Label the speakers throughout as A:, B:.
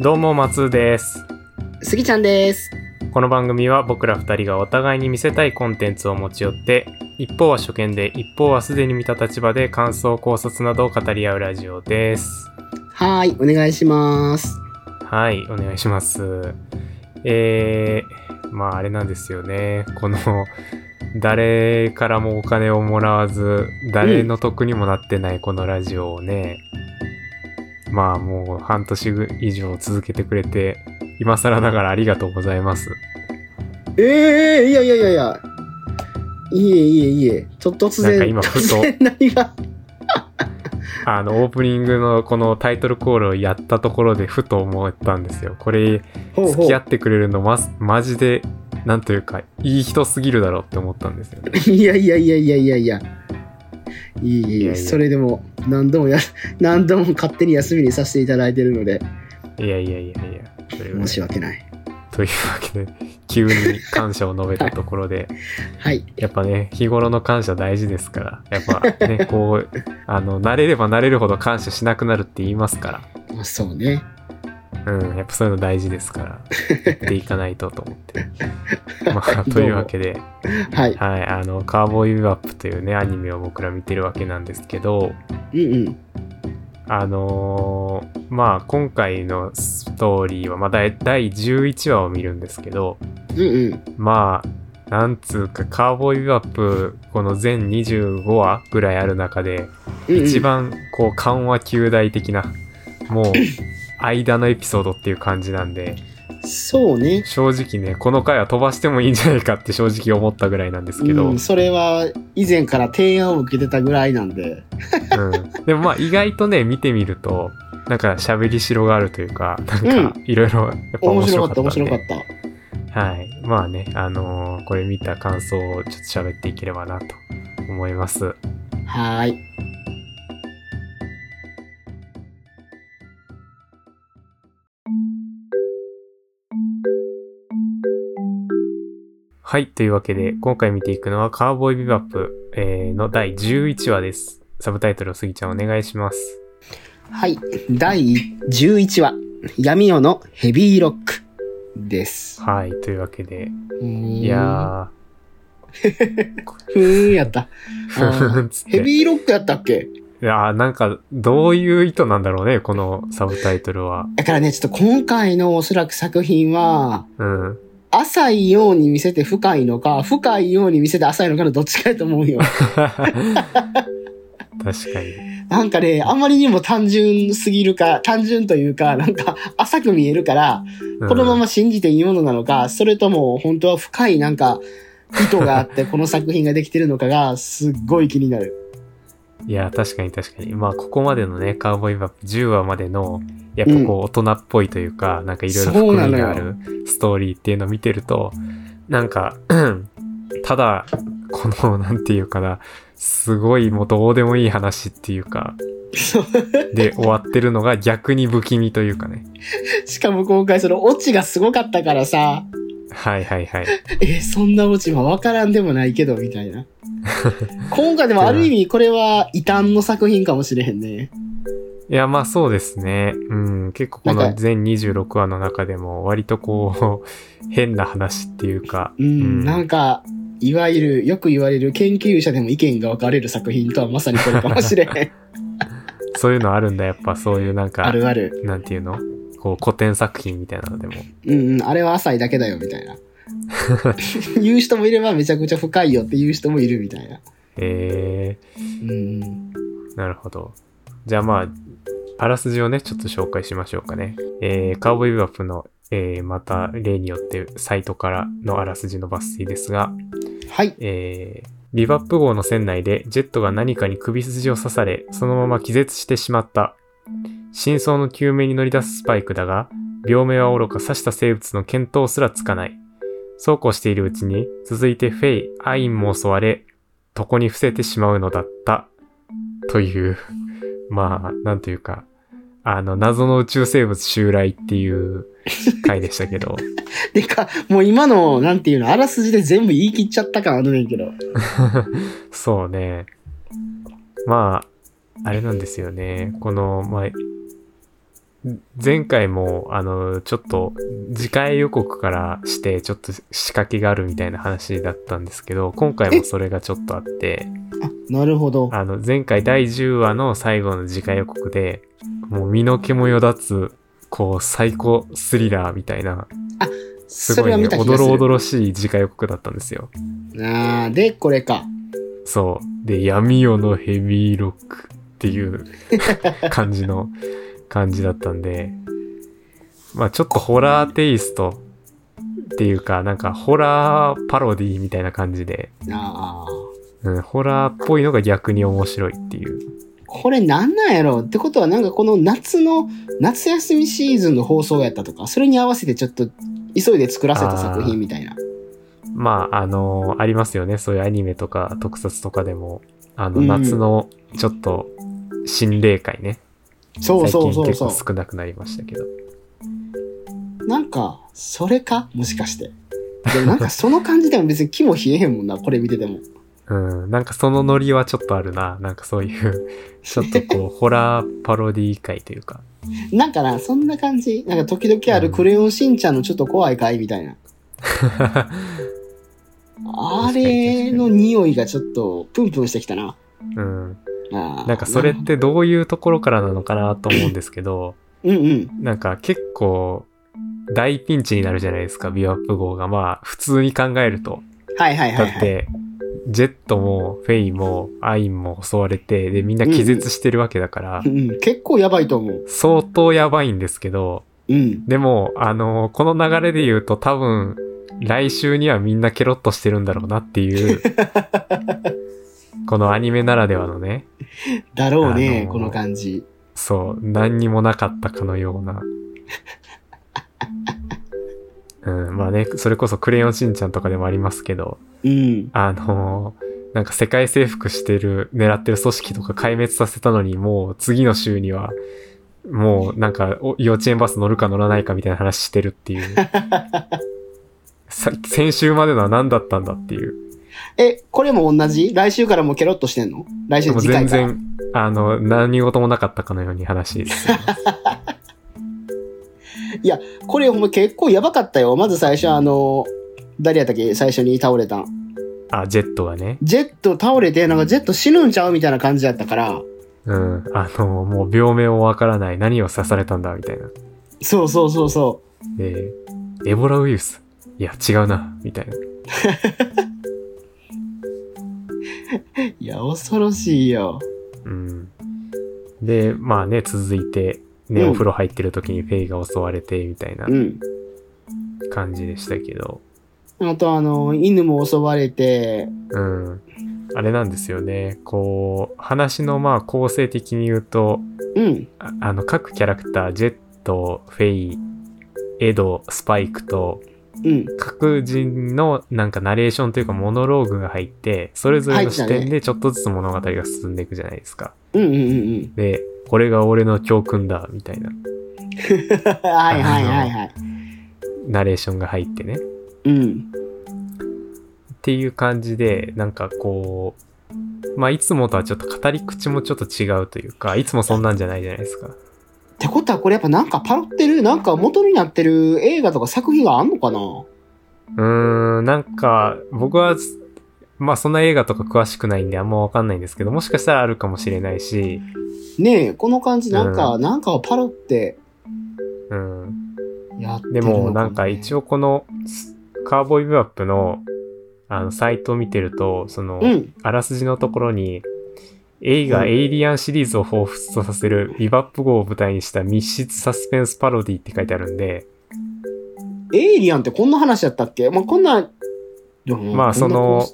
A: どうも松です
B: すぎちゃんです。
A: この番組は僕ら2人がお互いに見せたいコンテンツを持ち寄って一方は初見で一方はすでに見た立場で感想考察などを語り合うラジオです
B: はーい、お願いします。
A: はいお願いしますえー、まああれなんですよねこの誰からもお金をもらわず誰の得にもなってないこのラジオをね、まあもう半年以上続けてくれて今更ながらありがとうございます
B: ええいやいやいやいや。いえいえいえ。ちょっと突然、
A: なんか今ふと
B: 突然何が。
A: あの、オープニングのこのタイトルコールをやったところでふと思ったんですよ。これ、
B: ほうほ
A: 付
B: う。い
A: き合
B: や
A: ってくれるのま、マジで、なんというか、いい人すぎるだろうって思ったんですよね。
B: いやいやいやいやいやいや。いえいえ
A: いやいや
B: それでも何度もや、何度も勝手に休みにさせていただいてるので、
A: いやいやいやいや、それぐら
B: 申
A: い
B: し訳ない。
A: というわけで、急に感謝を述べたところで、
B: はい。
A: やっぱね、日頃の感謝大事ですから、やっぱね、 こう、あの、慣れれば慣れるほど感謝しなくなるって言いますか
B: まあ、そうね。
A: ら、うん、やっぱそういうの大事です から、言っていかないとと思って。まあ、
B: どうも
A: というわけで、
B: はい。
A: はい、あの、カーボーイビバップというね、アニメを僕ら見てるわけなんですけど、
B: うんうん。
A: あのーまあ、今回のストーリーは、まあ、第第11話を見るんですけど、
B: うんうん。
A: まあ、なんつうか、カーボーイビバップ、この全25話ぐらいある中で、
B: うんうん
A: 一番、こう、緩和球大的な、 もう、間のエピソードっていう感じなんで、
B: そうね。
A: 正直ね、この回は飛ばしてもいいんじゃないかって正直思ったぐらいなんですけど、
B: うん、それは以前から提案を受けてたぐらいなんで。
A: うんでもまあ意外とね見てみるとなんか喋りしろがあるというかなんかいろいろやっぱ面
B: 面
A: 白
B: 白
A: かっんで
B: かったた、面白かった。
A: はいまあねあのーこれ見た感想をちょっと喋っていければなと思います
B: はーい。
A: はいというわけで今回見ていくのは「カーボーイビバップ」えーの第11話ですサブタイトルをすぎちゃんお願いします
B: はい。第11話、闇夜のヘビーロックです。
A: はいというわけで
B: い
A: いや
B: ー。ふーんやった。
A: ー
B: あー
A: ふんつっ
B: ヘ
A: てい
B: ビーロックやったっけ
A: やーなんかどういう意図なんだろうねこのサブタイトルは
B: だからね、ちょっと今回のおそらく作品は、
A: うん
B: 浅いように見せて深いのか、深いように見せて浅いのかのどっちかやと思 うよ。
A: 確かに。
B: なんかね、あまりにも単純すぎるか、単純というか、なんか浅く見えるから、
A: うん
B: このまま信じていいものなのか、それとも本当は深いなんか意図があってこの作品ができてるのかがすっごい気になる。
A: いや、確かに確かに。まあ、ここまでのね、カウボーイバップ10話までの、やっぱこう、大人っぽいというか、なんかいろいろ
B: そう
A: 含
B: な
A: み
B: のよ
A: があるストーリーっていうのを見てると、なんか、 ただ、この、なんていうかな、すごいもうどうでもいい話っていうか、
B: そう
A: で終わってるのが逆に不気味というかね。
B: しかも今回そのオチがすごかったからさ、
A: はいはいはい。
B: え、そんなオチはわからんでもないけど、みたいな。 今回でもある意味これは異端の作品かもしれへんね。
A: いや、まあそうですね。うん。結構こ
B: な
A: の
B: んか
A: 全26話の中でも割とこう、変な話っていうか。
B: うん、
A: うん
B: なんか、いわゆる、よく言われる研究者でも意見が分かれる作品とはまさにこれかもしれへ ん。
A: そういうのあるんだ、やっぱそういうなん
B: あ
A: か、
B: るある。
A: なんていうのこう古典作品みたいなのでも。
B: うんうん、あれは浅いだけだよ、みたいな。 言う人もいればめちゃくちゃ深いよって言う人もいるみたいな。
A: え
B: うん。
A: ー、なるほど。じゃあまあ、あらすじをね、ちょっと紹介しましょうかね。えー、カウボーイビバップの、えー、また例によってサイトからのあらすじの抜粋ですが、
B: はい。
A: えービバップ号の船内でジェットが何かに首筋を刺され、そのまま気絶してしまった。真相の究明に乗り出すスパイクだが、病名は愚か刺した生物の見当すらつかない。そうこうしているうちに、続いてフェイ、アインも襲われ、床に伏せてしまうのだった。という、まあ、なんというか、あの、謎の宇宙生物襲来っていう回でしたけど。
B: てか、もう今の、なんていうの、あらすじで全部言い切っちゃった感あるねんけど。
A: そうね。まあ、あれなんですよね。この、まあ、前回も、あの、ちょっと、次回予告からして、ちょっと仕掛けがあるみたいな話だったんですけど、今回もそれがちょっとあって、
B: あ、なるほど。
A: あの、前回第10話の最後の次回予告で、もう身の毛もよだつ、こう、最高スリラーみたいな、す
B: そ
A: ごい
B: れは
A: ね、
B: 見た
A: お
B: 気が
A: ど
B: す
A: ろおど
B: る。
A: ろしい次回予告だったんですよ。
B: あーで、これか。
A: そう。で、闇夜のヘビーロックっていう 感じの感じだったんで、まあちょっとホラーテイストっていうか、なんかホラーパロディみたいな感じで、
B: ああ。
A: うん、ホラーっぽいのが逆に面白いっていう。
B: これなんなんやろってことはなんかこの夏の、夏休みシーズンの放送やったとか、それに合わせてちょっと急いで作らせた作品みたいな。
A: まああのありますよね。そういうアニメとか特撮とかでも、あの
B: うん
A: 夏のちょっと心霊会ね。
B: そうそ
A: 最
B: う
A: 近
B: そう
A: 結
B: そ
A: 構少なくなりましたけど。
B: う。なんか、それかもしかして。でもなんかその感じでも別に気も冷えへんもんな、これ見てても。
A: うん、なんかそのノリはちょっとあるな。なんかそういう、ちょっとこう、ホラーパロディー界というか。
B: なんかな、そんな感じ。なんか時々あるクレヨンしんちゃんのちょっと怖い回みたいな。あれの匂いがちょっとプンプンしてきたな。
A: うん。
B: あー
A: なんかそれっ。てどういうところからなのかなと思うんですけど、
B: うんうん。
A: なんか結構、大ピンチになるじゃないですか、ビワップ号が。まあ、普通に考えると。
B: はいはいは
A: だ
B: い、
A: っ
B: はい。
A: て、ジェットもフェイもアインも襲われて、で、みんな気絶してるわけだから
B: う、ん、結構やばいと思う。
A: 相当やばいんですけど、
B: うん。
A: でも、あのこの流れで言うと多分、来週にはみんなケロッとしてるんだろうなっていう、このアニメならではのね、
B: だろうね、
A: あのー
B: この感じ。
A: そう、何にもなかったかのような。うん、まあね、それこそクレヨンしんちゃんとかでもありますけど、
B: うん。
A: あのなんか世界征服してる、狙ってる組織とか壊滅させたのに、もう次の週には、もうなんかお幼稚園バス乗るか乗らないかみたいな話してるっていう。さ先週までのは何だったんだっていう。
B: え、これも同じ来週からもケロッとしてんの来週
A: もう
B: 次回
A: 全
B: から。
A: 然、あの、何事もなかったかのように話です。
B: これほんま結構やばかったよ。まず最初あのー、誰やったっけ最初に倒れたん。
A: あ、ジェットがね。
B: ジェット倒れて、なんかジェット死ぬんちゃうみたいな感じだったから。
A: うん。あの、もう病名もわからない。何を刺されたんだみたいな。
B: そうそうそうそ
A: で、エボラウイルス。いや、違うな。みたいな。
B: う。いや、恐ろしいよ。
A: うん。で、まあね、続いて、ね、
B: うん
A: お風呂入ってる時にフェイが襲われて、みたいな
B: うん。
A: 感じでしたけど、
B: あとあのー、犬も襲われて、
A: うん。あれなんですよね。こう、話のまあ構成的に言うと、
B: うん。
A: ああの、各キャラクター、ジェット、フェイ、エド、スパイクと、
B: うん。
A: 各人のなんかナレーションというかモノローグが入って、それぞれの視
B: 入ってた
A: 点
B: ね
A: でちょっとずつ物語が進んでいくじゃないですか。
B: うんうんうん
A: で、これが俺の教訓だ、みたいな
B: うん。はいはいはいはい。
A: ナレーションが入ってね。
B: うん。
A: っていう感じで、なんかこう、まあいつもとはちょっと語り口もちょっと違うというか、いつもそんなんじゃないじゃないですか。
B: ってことはこれやっぱなんかパロってる、なんか元になってる映画とか作品があんのかな
A: うーん、なんか僕は、まあそんな映画とか詳しくないんであんまわかんないんですけど、もしかしたらあるかもしれないし、
B: ねえ、この感じなんか、なんかをパロって
A: うん。
B: やってる
A: で
B: の
A: もなんか一
B: 応、
A: 応このカーボーイビバップのあのサイトを見てると、その、
B: うん。
A: あらすじのところに、映画
B: うん
A: エイリアンシリーズを彷彿とさせるビバップ号を舞台にした密室サスペンスパロディって書いてあるんで、
B: エイリアンってこんな話やったっけまあ、こんな、
A: まあその
B: こんなこ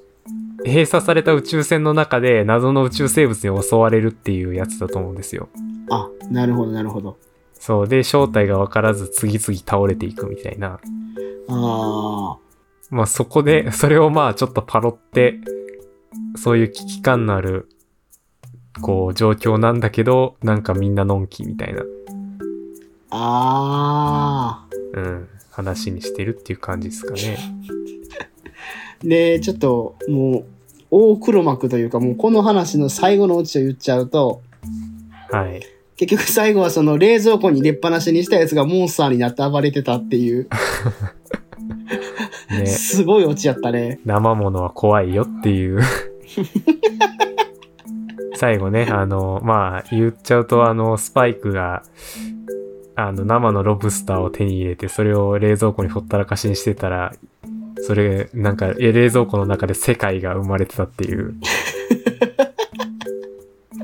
A: 閉鎖された宇宙船の中で謎の宇宙生物に襲われるっていうやつだと思うんですよ。
B: うあ、なるほど、なるほど。
A: そう。で、正体がわからず次々倒れていくみたいな。
B: あ
A: まあそこで、それをまあちょっとパロって、そういう危機感のある、こう状況なんだけど、なんかみんなのんきみたいな。
B: あ、あ
A: うん、話にしてるっていう感じですかね。
B: あ。で、ちょっと、もう、大黒幕というか、もうこの話の最後のオチを言っちゃうと、
A: はい。
B: 結局最後はその冷蔵庫に出っ放しにしたやつがモンスターになって暴れてたっていう、
A: ね。
B: すごいオチやったね。
A: 生ものは怖いよっていう最後ねあのまあ言っちゃうとあのスパイクがあの生のロブスターを手に入れてそれを冷蔵庫にほったらかしにしてたらそれなんかえ冷蔵庫の中で世界が生まれてたっていう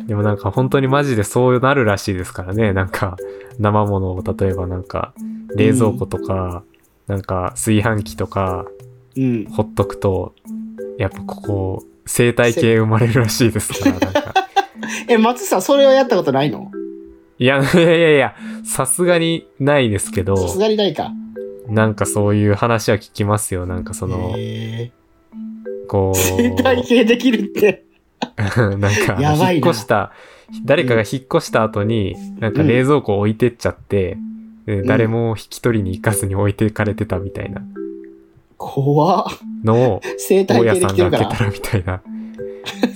A: でもなんか本当にマジでそうなるらしいですからねなんか生ものを例えばなんか冷蔵庫とか、なんか炊飯器とか
B: うん。
A: ほっとくと、やっぱここ、生態系生まれるらしいですから、なんか。
B: え、松さん、それをやったことないの
A: いや、いやいやいや、さすがにないですけど、
B: さすがにないか。
A: なんかそういう話は聞きますよ。なんかその、
B: へ
A: こ
B: ー生態
A: う、
B: 系できるって。
A: なんか
B: やばい、な
A: 引っ越した、誰かが引っ越した後に、なんか冷蔵庫置いてっちゃって、で
B: ん
A: 誰も引き取りに行かずに置いてかれてたみたいな
B: 怖っ
A: のを、
B: 生態
A: 大家
B: 系で
A: さ
B: き
A: ん
B: て
A: が
B: る
A: 開け
B: から
A: た。らみたいな、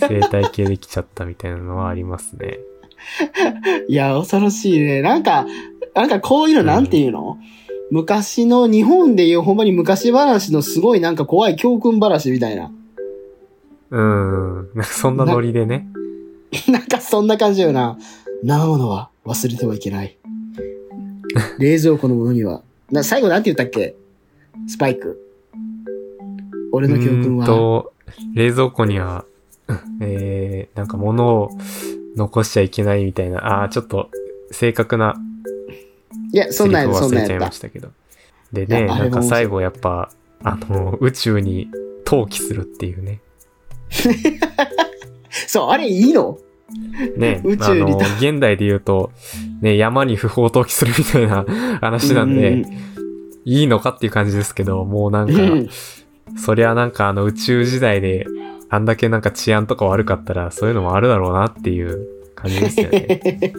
A: 生態系できちゃったみたいなのはありますね。
B: いや、恐ろしいね。なんか、なんかこういうのなんていうの、昔の日本でいうほんまに昔話のすごいなんか怖い教訓話みたいな。
A: うん。なんかそんなノリでね。
B: なんかそんな感じよな。生ものは忘れてはいけない。冷蔵庫のものには。な最後なんて言ったっけスパイク。俺の教訓
A: うーん
B: は。
A: と、冷蔵庫には、 えー、なんか物を残しちゃいけないみたいな、あーちょっと正確ない
B: や、
A: セ
B: そん
A: リ
B: な
A: フ
B: ん
A: を
B: や、そん
A: 忘
B: なん
A: れちゃ
B: や
A: い
B: っ
A: ま
B: た。
A: したけど。で
B: い
A: ね、
B: やあ
A: な
B: れは
A: んか最後やっぱ、あの、宇宙に投棄するっていうね。
B: そう、あれいいの
A: ね、
B: 宇
A: あ
B: 宙に
A: の
B: 投、
A: 現代で言うと、ね、山に不法投棄するみたいな話なんで、
B: うん
A: いいのかっていう感じですけど、もうなん
B: う
A: か、
B: んうん、
A: そりゃなんかあの宇宙時代であんだけなんか治安とか悪かったらそういうのもあるだろうなっていう感じですよ ね。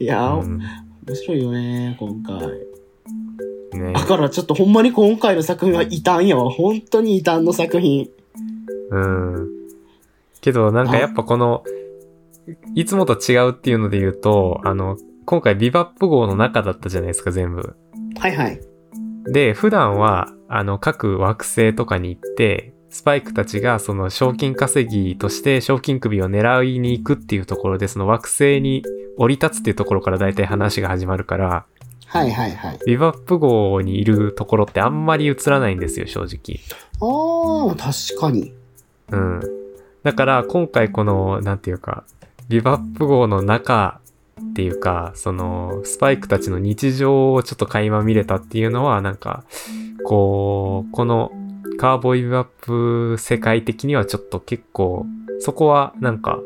B: いや、
A: うん、
B: 面白いよね、今回。
A: ね
B: だからちょっとほんまに今回の作品は異端やわ。本当に異端の作品。
A: うん。けどなんかやっぱこの、いつもと違うっていうので言うと、あの、今回ビバップ号の中だったじゃないですか、全部。
B: はいはい。
A: で、普段は、あの、各惑星とかに行って、スパイクたちがその賞金稼ぎとして賞金首を狙いに行くっていうところで、その惑星に降り立つっていうところから大体話が始まるから、
B: はいはいはい。
A: ビバップ号にいるところってあんまり映らないんですよ、正直。
B: ああ、確かに。
A: うん。だから、今回この、なんていうか、ビバップ号の中っていうか、その、スパイクたちの日常をちょっと垣間見れたっていうのは、なんか、こう、この、カーボーイビバップ世界的にはちょっと結構、そこはなんか、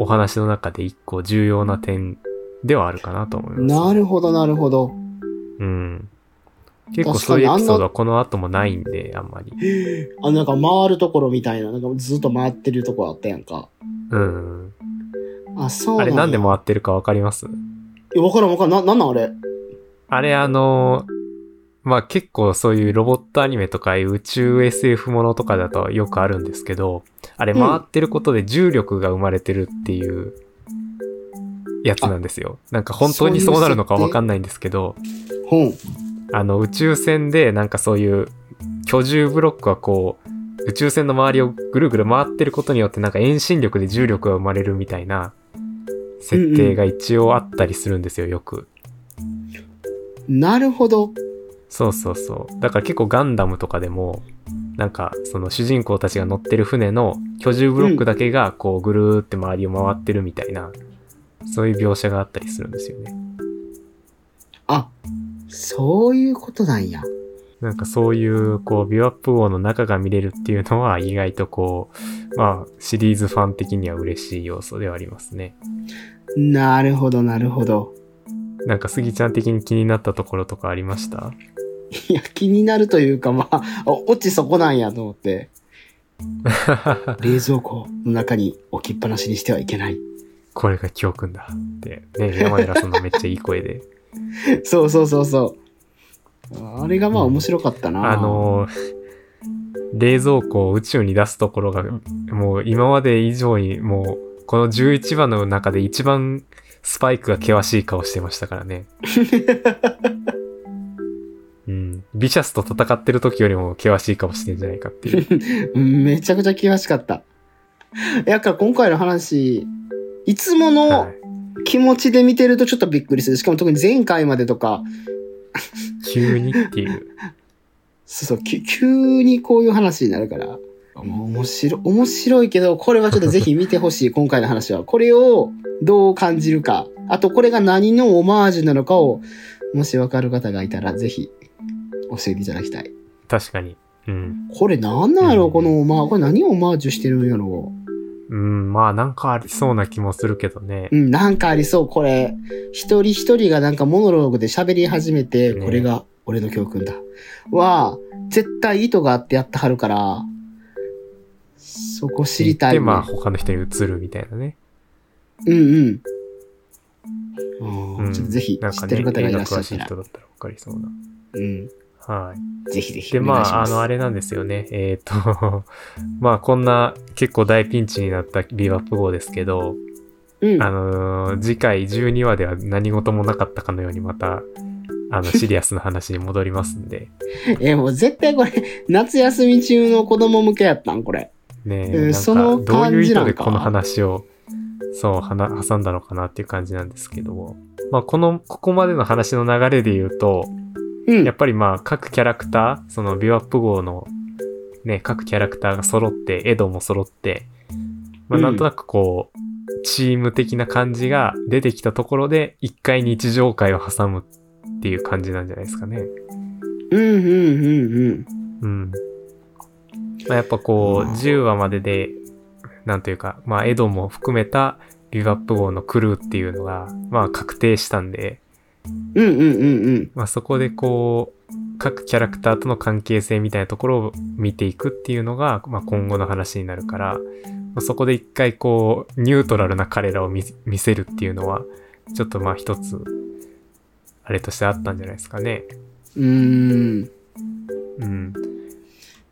A: お話の中で一個重要な点ではあるかなと思います。
B: なるほどなるほど。
A: うん。結構そういうエピソードはこの後もないんで、あんまり。
B: あ、なんか回るところみたいな、なんかずっと回ってるとこあったやんか。
A: うん。
B: あ、そう
A: あ
B: なん
A: れ
B: や
A: なんで回ってるかわかります
B: いやわからんわからん。な、なんなんあれ。
A: あれあのまあ結構そういうロボットアニメとかいう宇宙 SF ものとかだとよくあるんですけど、あれ
B: うん
A: 回ってることで重力が生まれてるっていうやつなんですよ。なんか本当にそうなるのかわかんないんですけど、
B: ほん。
A: あの宇宙船でなんかそういう居住ブロックはこう、宇宙船の周りをぐるぐる回ってることによってなんか遠心力で重力が生まれるみたいな設定が一応あったりするんですよ、よく。
B: なるほど。
A: そうそうそう。だから結構ガンダムとかでも、なんかその主人公たちが乗ってる船の居住ブロックだけがこうぐるーって周りを回ってるみたいな、そういう描写があったりするんですよね。
B: あ、そういうことなんや。
A: なんかそういうこうビュアップ王の中が見れるっていうのは意外とこう、まあシリーズファン的には嬉しい要素ではありますね。
B: なるほどなるほど。
A: なんかスギちゃん的に気になったところとかありました
B: いや、気になるというか、まあ、あ落ちそこなんやと思って。冷蔵庫の中に置きっぱなしにしてはいけない。
A: これが教訓だって。ね、山寺さんのめっちゃいい声で。
B: そうそうそうそう。あれがまあ面白かったな。
A: あのー冷蔵庫を宇宙に出すところがもう今まで以上にもうこの11話の中で一番スパイクが険しい顔してましたから ね。うん。ビシャスと戦ってる時よりも険しい顔してんじゃないかって いう。
B: うんめちゃくちゃ険しかった。いや、だから今回の話、いつも
A: は
B: の
A: い、
B: 気持ちで見てるとちょっとびっくりする。しかも特に前回までとか、
A: 急にっていう。
B: そうそう、き急にこういう話になるから、もう面白い、面白いけど、これはちょっとぜひ見て ほしい、今回の話は。これをどう感じるか、あとこれが何のオマージュなのかを、もしわかる方がいたら、ぜひ、教えていただきたい。
A: 確かに。うん。
B: これなんなんやろ
A: うん
B: このオマー、これ何をオマージュしてるんやろ
A: うん、まあなんかありそうな気もするけどね
B: う。ん、なんかありそう、これ。一人一人がなんかモノローグで喋り始めて、
A: ね
B: これが俺の教訓だ。は、絶対意図があってやってはるから、そこ知りたい、
A: で、
B: ね。
A: まあ他の人に移るみたいなね。
B: うんうん。
A: う
B: うん
A: ん、
B: ちょっとぜひ
A: なん
B: 知
A: か
B: って
A: ね、
B: る方がいらっし
A: 映
B: ゃ
A: 画詳
B: っ
A: しい
B: たら。
A: 人だったらわかりそうな。
B: うん。
A: はい。
B: ぜひぜひ
A: で、
B: お
A: ま
B: 願いし
A: あ、
B: ま
A: あ
B: す。
A: の、あれなんですよね。えっ、と、 まあ、こんな結構大ピンチになったビバップ号ですけど、
B: うん。
A: あのー次回12話では何事もなかったかのようにまた、あ の、シリアスな話に戻りますんで、
B: え、もう絶対これ、夏休み中の子供向けやったん、これ。
A: ねえ、
B: えー
A: なんか
B: その
A: どういう
B: 感
A: 意
B: じな
A: 図
B: んか
A: でこの話を、そう、はな挟んだのかなっていう感じなんですけども、まあ、この、ここまでの話の流れで言うと、
B: う
A: やっ
B: ん。
A: ぱりまあ各キャラクター、そのビワップ号のね、各キャラクターが揃って、エドも揃って、まあ
B: うん
A: なんとなくこう、チーム的な感じが出てきたところで、一回日常会を挟むっていう感じなんじゃないですかね。
B: うんうんうんうん。
A: うん。まあ、やっぱこう、
B: うん
A: 10話までで、なんというか、まあエドも含めたビワップ号のクルーっていうのが、まあ確定したんで、
B: うんうんうんうん。
A: まあ、そこでこう各キャラクターとの関係性みたいなところを見ていくっていうのが、まあ、今後の話になるから、まあ、そこで一回こうニュートラルな彼らを見見せるっていうのはちょっとまあ一つあれとしてあったんじゃないですかね。
B: うーん。
A: うん、だ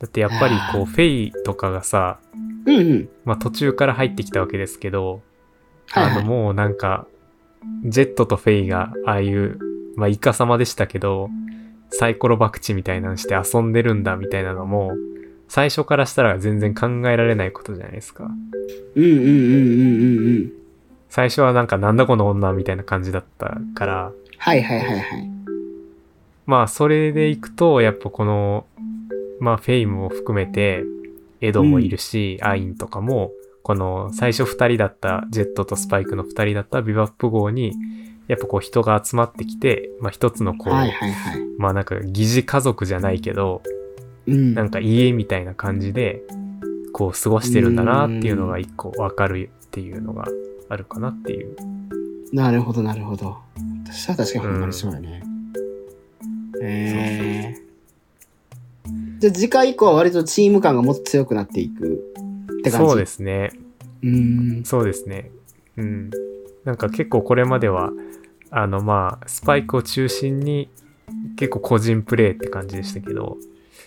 A: ってやっぱりこうフェイとかがさ、
B: うんうん。
A: まあ、途中から入ってきたわけですけど、
B: はい、
A: あ
B: は
A: の
B: い。
A: もうなんか、ジェットとフェイがああいう、まあイカ様でしたけど、サイコロ博打みたいなのして遊んでるんだみたいなのも、最初からしたら全然考えられないことじゃないですか。
B: うんうんうんうんうんうん。
A: 最初はなんかなんだこの女みたいな感じだったから、
B: はいはいはいはい。
A: まあそれでいくと、やっぱこの、まあフェイも含めて、エドもいるし、アインとかも、この最初二人だった、ジェットとスパイクの二人だったビバップ号に、やっぱこう人が集まってきて、まあ一つのこう、
B: はいはいはい。
A: まあなんか疑似家族じゃないけど、
B: うん。
A: なんか家みたいな感じで、こう過ごしてるんだなっていうのが一個わかるっていうのがあるかなっていう。
B: なるほどなるほど。私は確かにほんまにそうやね。えー。じゃあ次回以降は割とチーム感がもっと強くなっていくって感じ。
A: そうですすね。
B: うーん。
A: そうですね。うん。なんか結構これまでは、あのまあ、スパイクを中心に結構個人プレイって感じでしたけど、
B: うんうん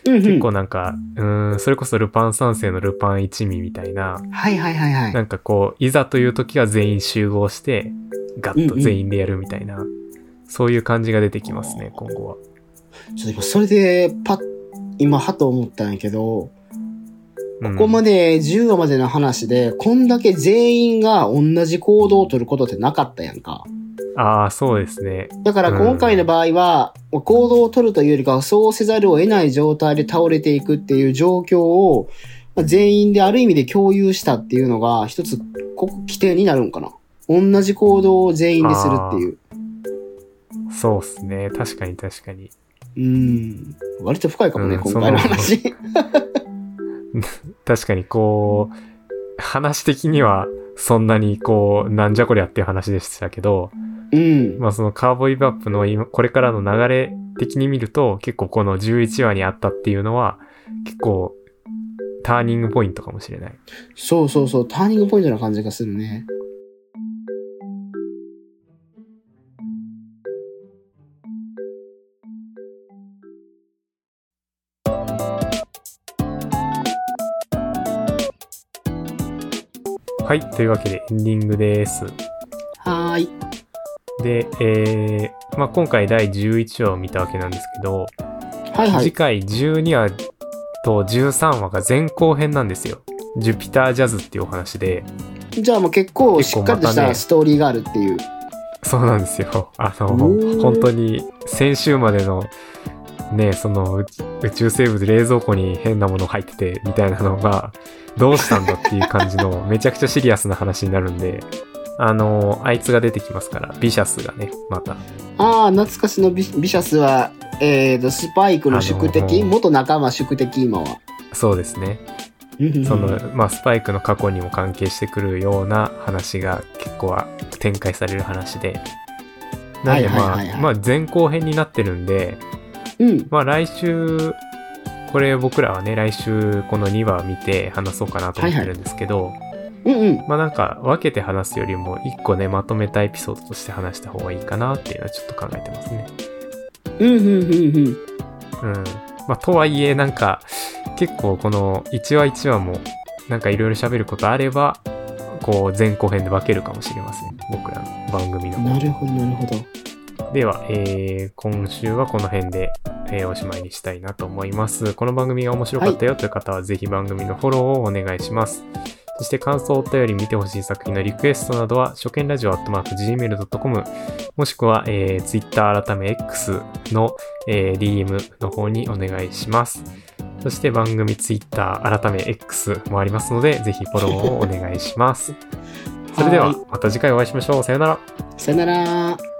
A: 結構なんか、うーん、それこそルパン三世のルパン一味みたいな、
B: はいはいはいはい。
A: なんかこう、いざという時は全員集合して、ガッと全員でやるみたいな、そういう感じが出てきますね、今後は。
B: ちょっと今それでパッ、今はと思ったんやけど、
A: うん
B: ここまで10話までの話で、こんだけ全員が同じ行動を取ることってなかったやんか。
A: ああ、そうですね。
B: だから今回の場合は、行動を取るというよりかは、そうせざるを得ない状態で倒れていくっていう状況を、まあ全員である意味で共有したっていうのが、一つ、ここ、規定になるんかな。同じ行動を全員でするっていう。
A: そうですね。確かに確かに。
B: うん。割と深いかもね、
A: うん
B: 今回の話。
A: 確かにこう、話的にはそんなにこう、なんじゃこりゃっていう話でしたけど、
B: うん。
A: まあそのカーボーイバップの今、これからの流れ的に見ると、結構この11話にあったっていうのは、結構、ターニングポイントかもしれない。
B: そうそうそう、ターニングポイントな感じがするね。
A: はい。というわけでエンディングです。
B: はーい。
A: で、えーまあ、今回第11話を見たわけなんですけど、
B: はいは
A: 次
B: い。
A: 回12話と13話が前後編なんですよ。ジュピタージャズっていうお話で、
B: じゃあもう結構
A: 結
B: し
A: 構
B: っかりとし
A: また
B: た
A: ね
B: ストーリーがあるっていう。
A: そうなんですよ。あの、
B: おー
A: 本当に先週までの、ね、その宇宇宙生物冷蔵庫に変なもの入っててみたいなのが、どうしたんだっていう感じ の、めちゃくちゃシリアスな話になるんで、あの、あいつが出てきますから、ビシャスがね、また。
B: ああ、懐かしのビビシャスは、えーと、スパイクの宿敵、
A: あのー
B: 元仲間宿敵今は。
A: そうですね。その、まあ、スパイクの過去にも関係してくるような話が結構は展開される話で。なんで、まあ
B: はいはいはいはい、
A: まあ、前後編になってるんで、
B: うん。
A: まあ来週、これ僕らはね、来週この2話見て話そうかなと思ってるんですけど、
B: うんうん。
A: まあなんか分けて話すよりも1個ね、まとめたエピソードとして話した方がいいかなっていうのはちょっと考えてますね。
B: うんうんうんうん。
A: うん。まあとはいえなんか、結構この1話1話もなんかいろいろ喋ることあれば、こう前後編で分けるかもしれません。僕らの番組の
B: な
A: 方。
B: るほど、なるほど。
A: では、えー今週はこの辺で、えーおしまいにしたいなと思います。この番組が面白かったよという方は、ぜひ番組のフォローをお願いします。そして感想、お便り見てほしい作品のリクエストなどは、初見ラジオアットマーク Gmail.com、もしくは、えー Twitter 改め X の、えー DM の方にお願いします。そして番組 Twitter 改め X もありますので、ぜひフォローをお願いします。それでは、
B: はい
A: また次回お会いしましょう。さよなら。
B: さよなら。